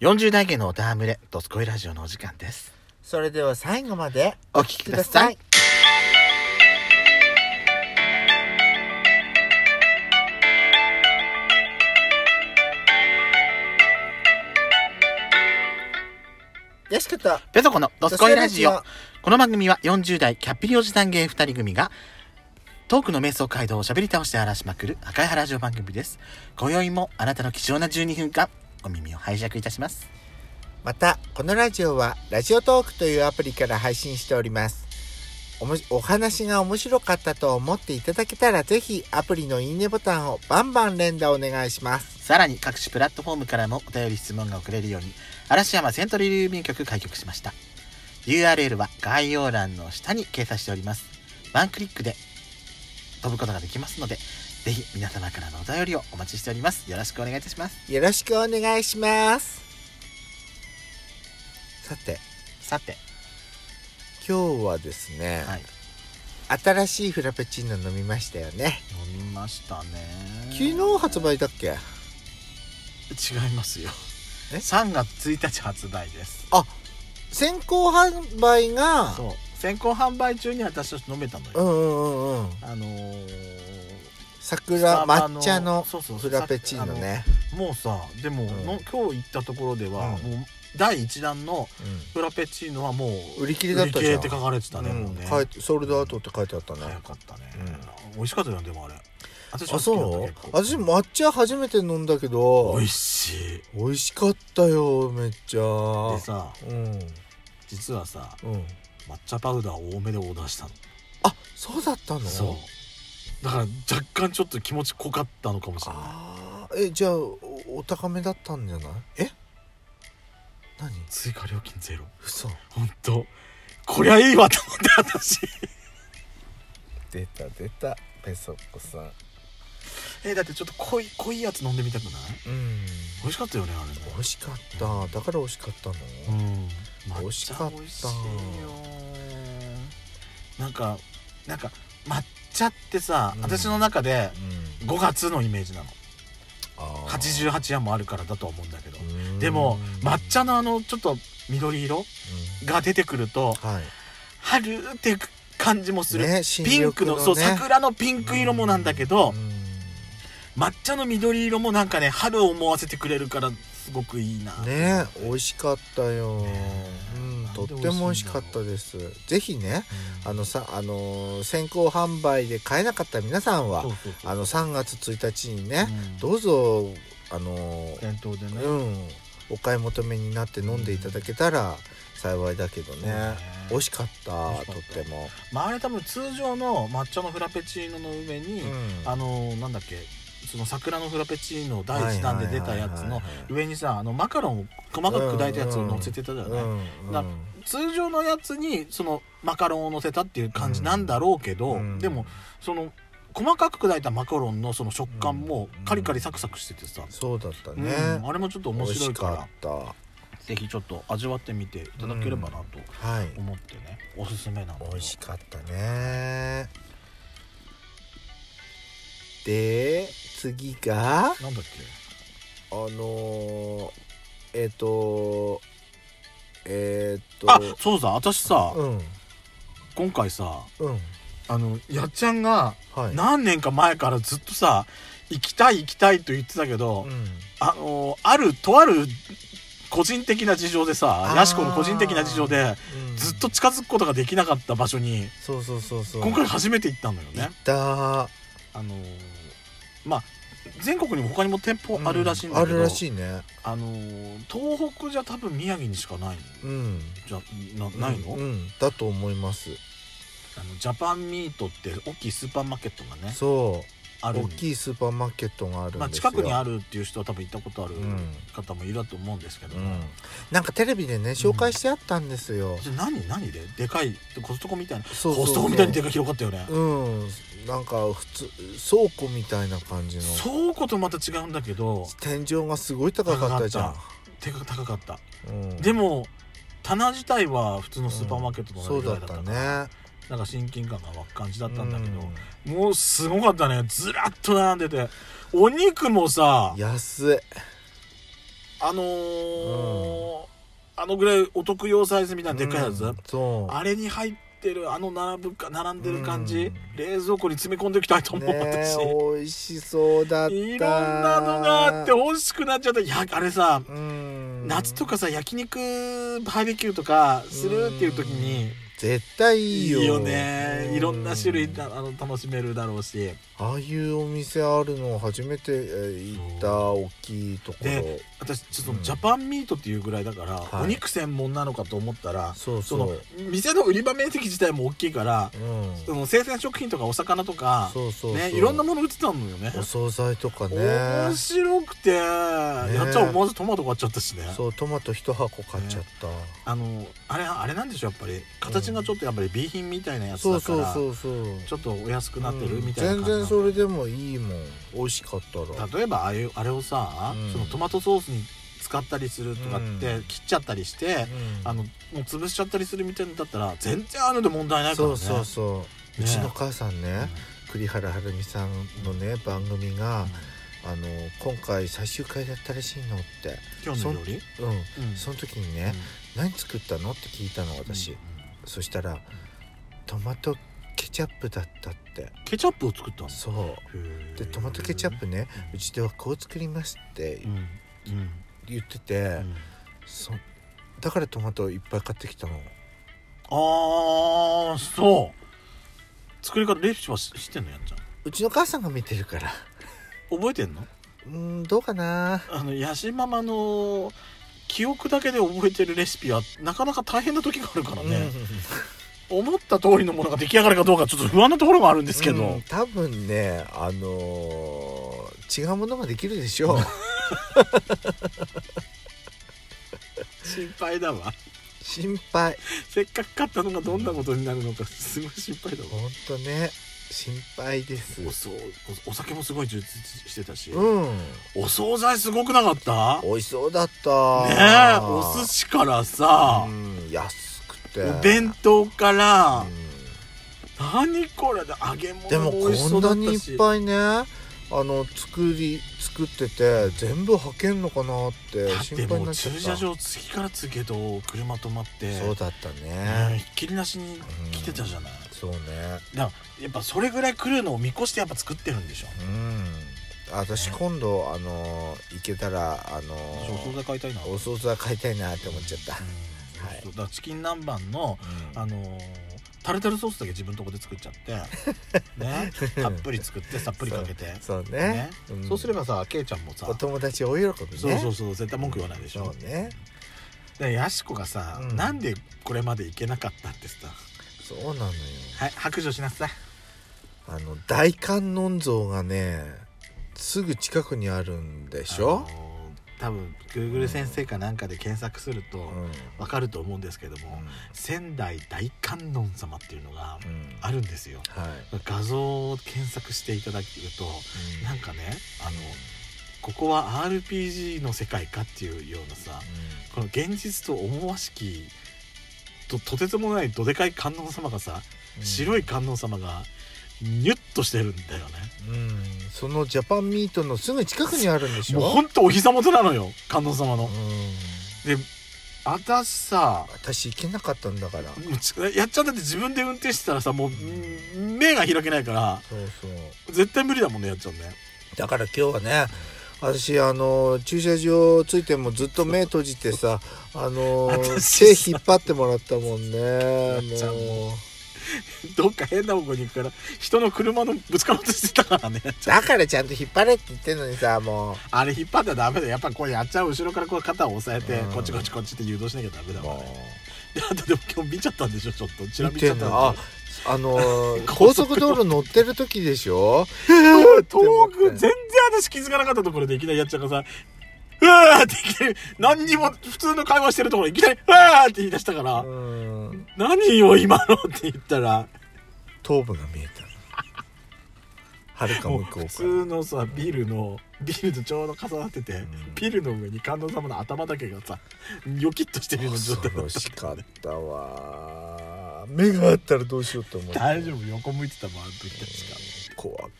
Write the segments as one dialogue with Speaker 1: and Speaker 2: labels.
Speaker 1: 40代芸のおたわむれ、ドスコイラジオのお時間です。
Speaker 2: それでは最後まで
Speaker 1: お聞きください。
Speaker 2: よしこと
Speaker 1: ペソコのドスコイラジ
Speaker 2: ドス
Speaker 1: オ
Speaker 2: コイラ。
Speaker 1: この番組は40代キャッピリおじさん芸2人組が、トークの瞑想街道を喋り倒して荒らしまくる赤い原ラジオ番組です。今宵もあなたの貴重な12分間、お耳を拝借いたします。
Speaker 2: またこのラジオはラジオトークというアプリから配信しておりますおもしお話が面白かったと思っていただけたらぜひアプリのいいねボタンをバンバン連打お願いします
Speaker 1: さらに各種プラットフォームからもお便り質問が送れるように、嵐山セントリー郵便局開局しました。URL は概要欄の下に掲載しております。ワンクリックで飛ぶことができますので、ぜひ皆様からのお便りをお待ちしております。よろしくお願いいたします。
Speaker 2: よろしくお願いしますさて
Speaker 1: さて、
Speaker 2: 今日はですね、
Speaker 1: はい。
Speaker 2: 新しいフラペチーノ飲みましたよね
Speaker 1: 飲みましたね。
Speaker 2: 昨日発売だっけ
Speaker 1: 違いますよ。
Speaker 2: え
Speaker 1: 3月1日発売です。
Speaker 2: 先行販売が
Speaker 1: そう。先行販売中に私たち飲めたの
Speaker 2: う
Speaker 1: よ。
Speaker 2: んうんうんうん
Speaker 1: あのー、
Speaker 2: 桜
Speaker 1: スタバ
Speaker 2: 抹
Speaker 1: の
Speaker 2: 茶の
Speaker 1: そうそう
Speaker 2: フラペチーノね
Speaker 1: もうさでも、
Speaker 2: ん
Speaker 1: の今日行ったところでは、
Speaker 2: うん
Speaker 1: もう第1弾のフラペチーノはもう
Speaker 2: 売り切れだったじ
Speaker 1: 売
Speaker 2: ゃん
Speaker 1: り切れって書かれてたね、
Speaker 2: うん
Speaker 1: もうね
Speaker 2: 書いてソールドアウトって書いてあったね
Speaker 1: 早かったね、
Speaker 2: う
Speaker 1: 美味しかったよでもあれ私
Speaker 2: あ
Speaker 1: も好きだった
Speaker 2: そう
Speaker 1: 結構
Speaker 2: 私抹茶初めて飲んだけど
Speaker 1: 美味しい
Speaker 2: 美味しかったよめっちゃ
Speaker 1: でさ
Speaker 2: うん
Speaker 1: 実はさ
Speaker 2: うん
Speaker 1: 抹茶パウダー多めでオーダーしたの
Speaker 2: あそうだったの
Speaker 1: そうだから若干ちょっと気持ち濃かったのかもしれない
Speaker 2: あーえじゃあおお高めだったんじゃないえ何
Speaker 1: 追加料金ゼロ
Speaker 2: 嘘
Speaker 1: 本当こりゃいいわと思って私
Speaker 2: 出た出たペソコさん
Speaker 1: えだってちょっと濃い濃いやつ飲んでみたくない
Speaker 2: うん
Speaker 1: 美味しかったよねあれね
Speaker 2: 美味しかっただから美味しかったの
Speaker 1: うん
Speaker 2: 美味しかった
Speaker 1: 抹茶美味しいよなんかなんか抹茶ってさ、
Speaker 2: うん
Speaker 1: 私の中で
Speaker 2: うん
Speaker 1: 5月のイメージなの
Speaker 2: あー
Speaker 1: 88夜もあるからだとは思うんだけど、
Speaker 2: うん
Speaker 1: でも抹茶のあのちょっと緑色が出てくると
Speaker 2: うんはい
Speaker 1: 春って感じもする、
Speaker 2: ね
Speaker 1: ピンクのそう桜のピ
Speaker 2: ピ
Speaker 1: ンク色もなんだけど、抹茶の緑色もなんかね春を思わせてくれるからすごくいいな
Speaker 2: ね美味しかったよ、
Speaker 1: ね
Speaker 2: うん
Speaker 1: なんで
Speaker 2: とっても美味しかったですぜひねあのさあのー先行販売で買えなかった皆さんは
Speaker 1: そうそうそう
Speaker 2: あの3月1日にね、
Speaker 1: ん
Speaker 2: どうぞあのー
Speaker 1: 店頭でね
Speaker 2: うんお買い求めになって飲んでいただけたら幸いだけどね、美味しかった
Speaker 1: 美味しか
Speaker 2: と
Speaker 1: っ
Speaker 2: ったても、
Speaker 1: まああれ多分通常の抹茶のフラペチーノの上に、あのなんだっけその桜のフラペチーノ第1弾で出たやつの上にさあのマカロンを細かく砕いたやつを乗せてたじゃない、だ通常のやつにそのマカロンを乗せたっていう感じなんだろうけど、
Speaker 2: うん
Speaker 1: でもその細かく砕いたマカロンのその食感も
Speaker 2: うん
Speaker 1: カリカリサクサクしててさ、
Speaker 2: そうだった
Speaker 1: うん
Speaker 2: ね、
Speaker 1: あれもちょっと面白いから
Speaker 2: 美味しかっ
Speaker 1: ぜひちょっと味わってみていただければなと
Speaker 2: たはい
Speaker 1: 思ってね、おすすめなのよ
Speaker 2: 美味しかったねで次があ
Speaker 1: なんだっけ
Speaker 2: のー、えっ、とえっ、
Speaker 1: あ
Speaker 2: と
Speaker 1: そうさ私さ、
Speaker 2: うん
Speaker 1: 今回さ
Speaker 2: うん
Speaker 1: あのやっちゃんが
Speaker 2: はい
Speaker 1: 何年か前からずっとさ行きたい行きたいと言ってたけど、
Speaker 2: うん
Speaker 1: あのあるとある個人的な事情でさ
Speaker 2: あー
Speaker 1: やしこの個人的な事情で
Speaker 2: うん
Speaker 1: ずっと近づくことができなかった場所に
Speaker 2: そうそうそうそう
Speaker 1: 今回初めて行ったのよ
Speaker 2: 行
Speaker 1: ね
Speaker 2: っ。た
Speaker 1: あのまあ全国にも他にも店舗あるらしいんだ
Speaker 2: う
Speaker 1: け
Speaker 2: あ
Speaker 1: ど、
Speaker 2: るらしいね
Speaker 1: あの東北じゃ多分宮城にしかないん
Speaker 2: うん
Speaker 1: じゃなないの、
Speaker 2: うんうんだと思います
Speaker 1: あのジャパンミートって大きいスーパーマーケットがね
Speaker 2: そう
Speaker 1: ある
Speaker 2: 大きいスーパーマーケットがあるんですよ、
Speaker 1: まあ、近くにあ
Speaker 2: る、
Speaker 1: るっていう人は多分行ったことある
Speaker 2: うん
Speaker 1: 方もいると思うんですけど
Speaker 2: う
Speaker 1: も、
Speaker 2: ん、なんかテレビでね紹介してあったんですよ、
Speaker 1: じゃあ何何ででかいコストコみたいな
Speaker 2: そう
Speaker 1: コストコみたいにでかい広かったよね、
Speaker 2: うんなんか普通倉庫みたいな感じの
Speaker 1: 倉庫とまた違うんだけど
Speaker 2: 天井がすごい高かったじゃん
Speaker 1: 高、手が高かった、
Speaker 2: うん、
Speaker 1: でも棚自体は普通のスーパーマーケットの
Speaker 2: そう
Speaker 1: ぐら
Speaker 2: だっ
Speaker 1: いだった
Speaker 2: た
Speaker 1: から
Speaker 2: ね
Speaker 1: なんか親近感が湧く感じだ
Speaker 2: だ
Speaker 1: ったんだけど、もうすごかったねずらっと並んでてお肉もさ
Speaker 2: 安い
Speaker 1: あのーあのぐらいお得用サイズみたいなでっかいやつ、
Speaker 2: うんそう
Speaker 1: あれに入ってるあの並ぶか並んでる感じ、
Speaker 2: うん
Speaker 1: 冷蔵庫に詰め込んでおきたいと思う、
Speaker 2: ね
Speaker 1: 私
Speaker 2: え美味しそうだった
Speaker 1: いろんなのがあって欲しくなっちゃったいやあれさ
Speaker 2: うん
Speaker 1: 夏とかさ焼肉バーベキューとかするっていう時に
Speaker 2: 絶対い
Speaker 1: い
Speaker 2: い
Speaker 1: い
Speaker 2: よ
Speaker 1: よね
Speaker 2: うん
Speaker 1: いろんな種類だあの楽しめるだろうし
Speaker 2: ああいうお店あるの初めてえー行った大きいところ
Speaker 1: で私ちょっ
Speaker 2: うん
Speaker 1: とジャパンミートっていうぐらいだから、
Speaker 2: はい
Speaker 1: お肉専門なのかと思ったら
Speaker 2: そう
Speaker 1: そ
Speaker 2: そう
Speaker 1: の店の売り場面積自体も大きいから
Speaker 2: うん
Speaker 1: その生鮮食品とかお魚とか
Speaker 2: そうそうそう
Speaker 1: ね、いろんなもの売ってたのよね
Speaker 2: お惣菜とかね
Speaker 1: 面白くて、やっちゃん思わずトマト買っちゃったしね
Speaker 2: そうトマト一箱買っちゃった、
Speaker 1: あのあれあれなんでしょうやっぱり形がちょっとやっぱり B 品みたいなやつ
Speaker 2: そう
Speaker 1: だか
Speaker 2: そう
Speaker 1: ら
Speaker 2: そうそう
Speaker 1: ちょっとお安くなってるみたいな
Speaker 2: う
Speaker 1: 感
Speaker 2: ん
Speaker 1: じな
Speaker 2: 全
Speaker 1: の
Speaker 2: 然それでもいいもん美味しかったら
Speaker 1: 例えばああいうあれをさ、
Speaker 2: うん
Speaker 1: そのトマトソースに使ったりするとかって、
Speaker 2: うん
Speaker 1: 切っちゃったりして、
Speaker 2: うん
Speaker 1: あのもう潰しちゃったりするみたいなんだったら全然あるで問題ないから
Speaker 2: そ
Speaker 1: ね
Speaker 2: うそうそう、
Speaker 1: ね
Speaker 2: うちの母さんね、栗原はるみさんのね番組が、あの今回最終回だったらしいのって
Speaker 1: 今日の料理
Speaker 2: うん、
Speaker 1: うん
Speaker 2: その時にね、何作ったのって聞いたの私、
Speaker 1: うん
Speaker 2: そしたらトマトケチャップだったって
Speaker 1: ケチャップを作ったんです
Speaker 2: そうでトマトケチャップねうちではこう作りますって
Speaker 1: うんうん
Speaker 2: 言ってて、
Speaker 1: うん
Speaker 2: そだからトマトいっぱい買ってきたの
Speaker 1: ああそう作り方レシピは知知ってんのやんちゃん
Speaker 2: うちの母さんが見てるから
Speaker 1: 覚えてんの
Speaker 2: うんどうかな
Speaker 1: あのヤシママの記憶だけで覚えてるレシピはなかなか大変な時があるからね、思った通りのものが出来上がるかどうかちょっと不安なところもあるんですけど、
Speaker 2: うん多分ねあのー違うものができるでしょう
Speaker 1: 心配だわ
Speaker 2: 心配
Speaker 1: せっかく買ったのがどんなことになるのかすごい心配だわ
Speaker 2: ほんとね心配です
Speaker 1: おそうおお酒もすごい充実してたし、
Speaker 2: うん
Speaker 1: お惣菜すごくなかった
Speaker 2: 美味しそうだった
Speaker 1: ねえお寿司からさ
Speaker 2: う、ん安くて
Speaker 1: お弁当から、
Speaker 2: う
Speaker 1: 何これ揚げ
Speaker 2: ん
Speaker 1: 物
Speaker 2: で
Speaker 1: も
Speaker 2: も
Speaker 1: 美味しそう
Speaker 2: こ
Speaker 1: んだ
Speaker 2: な
Speaker 1: っ
Speaker 2: にい
Speaker 1: た
Speaker 2: っ
Speaker 1: し
Speaker 2: ぱいねあの作り作ってて全部はけんのかなって
Speaker 1: だって
Speaker 2: 心配に
Speaker 1: も
Speaker 2: な
Speaker 1: う
Speaker 2: っちゃ
Speaker 1: 駐
Speaker 2: った
Speaker 1: 車場次から次へと車止まって
Speaker 2: そうだった
Speaker 1: うん
Speaker 2: ね
Speaker 1: ひっきりなしに来てたじゃない、
Speaker 2: そうね
Speaker 1: だからやっぱそれぐらい来るのを見越してやっぱ作ってるんでしょ
Speaker 2: うん私今度あの行けたらあの
Speaker 1: お惣菜買いたいな、うん
Speaker 2: お惣菜買いたいなって思っちゃったはい
Speaker 1: そうだからチキン南蛮の、
Speaker 2: うん
Speaker 1: あのータルタルソースだけ自分のとこで作っちゃって ねたっぷり作ってさっぷりかけて
Speaker 2: そうね
Speaker 1: ね
Speaker 2: ん
Speaker 1: そうすればさケイちゃんもさ
Speaker 2: お友達大喜びね
Speaker 1: そうそうそう絶対文句言わないでしょ、
Speaker 2: そうね
Speaker 1: でやしこがさ、
Speaker 2: うん
Speaker 1: なんでこれまで行けなかったってさ
Speaker 2: そうなのよ
Speaker 1: はい白状しなさい
Speaker 2: あの大観音像がねすぐ近くにあるんでしょ
Speaker 1: あ、のー多分 Google 先生かなんかで検索すると
Speaker 2: うんうん
Speaker 1: わかると思うんですけども、仙台大観音様っていうのが
Speaker 2: うん
Speaker 1: あるんですよ
Speaker 2: はい、
Speaker 1: 画像を検索していただくと
Speaker 2: うん
Speaker 1: なんかねあのここは RPG の世界かっていうようなさこの現実と思わしきととてつもないどでかい観音様がさ
Speaker 2: うん
Speaker 1: 白い観音様がニュッとしてるんだよね
Speaker 2: うん、そのジャパンミートのすぐ近くにあるんでしょ
Speaker 1: もうほんとお膝元なのよ観音様の
Speaker 2: うん
Speaker 1: で私さ
Speaker 2: 私行けなかったんだから
Speaker 1: もうちやっちゃんだって自分で運転してたらさもううん目が開けないから
Speaker 2: そうそう
Speaker 1: 絶対無理だもんねやっちゃんね
Speaker 2: だから今日はね私あの駐車場ついてもずっと目閉じてさあの手
Speaker 1: 私さ
Speaker 2: 引っ張ってもらったも んね
Speaker 1: っちゃう
Speaker 2: もう
Speaker 1: どっか変な方向に行くから人の車のぶつかろうとしてたからねやっちゃん
Speaker 2: だからちゃんと引っ張れって言ってんのにさもう
Speaker 1: あれ引っ張ったらダメだよやっぱこうやっちゃう後ろからこう肩を押さえて
Speaker 2: うん
Speaker 1: こっちこっちこっちって誘導しなきゃダメだわ
Speaker 2: も
Speaker 1: であとでも今日見ちゃったんでしょちょっとちら
Speaker 2: う
Speaker 1: 見ちゃったんでしょ
Speaker 2: ああのー高
Speaker 1: 高
Speaker 2: 速
Speaker 1: 速
Speaker 2: 道
Speaker 1: 道
Speaker 2: 路乗ってる時でしょ
Speaker 1: 遠く全然私気づかなかったところでいきなりやっちゃんがさ「うわ!」っていきなり何にも普通の会話してるところいきなり「うわ!」って言い出したから
Speaker 2: う
Speaker 1: 「
Speaker 2: ん
Speaker 1: 何よ今の」って言ったら
Speaker 2: 頭部が見えたのはるか
Speaker 1: も
Speaker 2: 向
Speaker 1: う
Speaker 2: こ
Speaker 1: 普
Speaker 2: うか
Speaker 1: 通のさビルのビルとちょうど重なってて
Speaker 2: ん
Speaker 1: ビルの上に観音様の頭だけがさよきっとしてるよう
Speaker 2: ら
Speaker 1: な状態
Speaker 2: 恐
Speaker 1: だっ
Speaker 2: ろ
Speaker 1: た
Speaker 2: しかったわ目があったらどうしようと思って
Speaker 1: 大丈夫横向いてたもんあの時確か
Speaker 2: 怖かっっ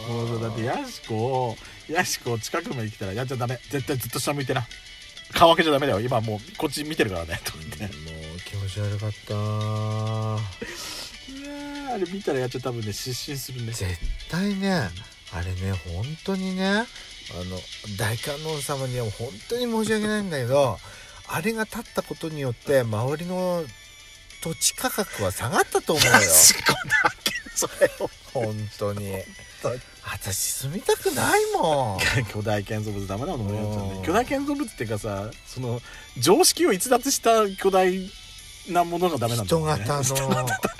Speaker 2: た
Speaker 1: もうそうだってヤシコヤシコ近くまで来たらやっちゃダメ絶対ずっと下向いてな顔開けちゃダメだよ今もうこっち見てるからねと思って
Speaker 2: もう気持ち悪かった
Speaker 1: いやーあれ見たらやっちゃ多分ね失神するね
Speaker 2: 絶対ねあれね本当にねあの大観音様には本当に申し訳ないんだけどあれが立ったことによって周りの土地価格は下がったと思 うよ
Speaker 1: ヤシコだけそれを
Speaker 2: 本当に
Speaker 1: 当に
Speaker 2: 私住みたくないもん
Speaker 1: 巨大建造物ダメなものねやっちゃう
Speaker 2: う
Speaker 1: ね
Speaker 2: ん
Speaker 1: 巨大建造物っていうかさその常識を逸脱した巨大なものがダメなんだ
Speaker 2: 人
Speaker 1: もんね
Speaker 2: 型の
Speaker 1: 人型だか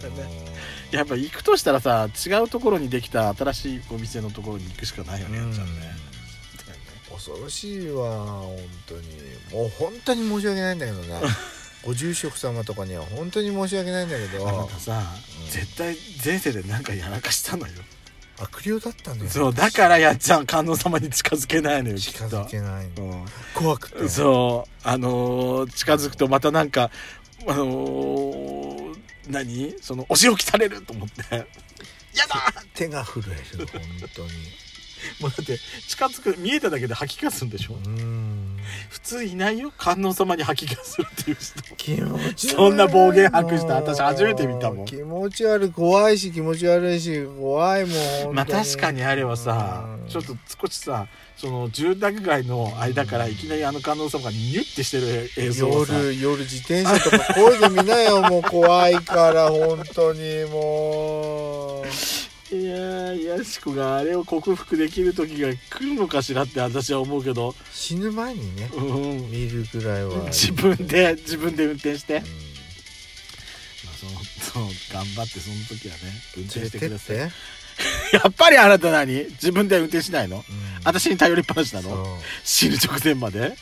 Speaker 1: らねやっぱ行くとしたらさ違うところにできた新しいお店のところに行くしかないよ
Speaker 2: うん
Speaker 1: ね、やっちゃんね
Speaker 2: 恐ろしいわ本当にもう本当に申し訳ないんだけど ねご住職様とかには本当に申し訳ないんだけ
Speaker 1: あな
Speaker 2: ど
Speaker 1: たさ、
Speaker 2: うん
Speaker 1: 絶対前世でなんかやらかしたのよ、
Speaker 2: 悪霊だったんだよ
Speaker 1: そうだからやっちゃん観音様に近づけないのよきっ
Speaker 2: 近
Speaker 1: と
Speaker 2: づけないの
Speaker 1: うん
Speaker 2: 怖くて
Speaker 1: そうあのー近づくとまたなんかあのー何そのお仕置きされると思って やだ
Speaker 2: 手が震える本当に
Speaker 1: もうだって近づく見えただけで吐き気がするんでしょ、
Speaker 2: うーん
Speaker 1: 普通いないよ観音様に吐き気がするっていう人
Speaker 2: 気持ち悪い
Speaker 1: そんな暴言吐く人私初めて見たもん
Speaker 2: 気持ち悪い怖いし気持ち悪いし怖いもん本当
Speaker 1: まあ確かにあれはさ
Speaker 2: うん
Speaker 1: ちょっと少しさその住宅街の間からいきなりあの観音様がニュッてしてる映像をさ
Speaker 2: 夜夜自転車とか声で見なよ もう怖いから本当にもう
Speaker 1: いやーヤシコがあれを克服できる時が来るのかしらって私は思うけど
Speaker 2: 死ぬ前にね
Speaker 1: うん
Speaker 2: 見るぐらいは
Speaker 1: 自分で自分で運転して、
Speaker 2: うん
Speaker 1: そのそう頑張ってその時はね運
Speaker 2: 連
Speaker 1: 転
Speaker 2: れ
Speaker 1: して
Speaker 2: て
Speaker 1: く
Speaker 2: っ
Speaker 1: ださ
Speaker 2: て
Speaker 1: いやっぱりあなた何自分で運転しないの
Speaker 2: うん
Speaker 1: 私に頼りっぱなしな
Speaker 2: そう
Speaker 1: の死ぬ直前まで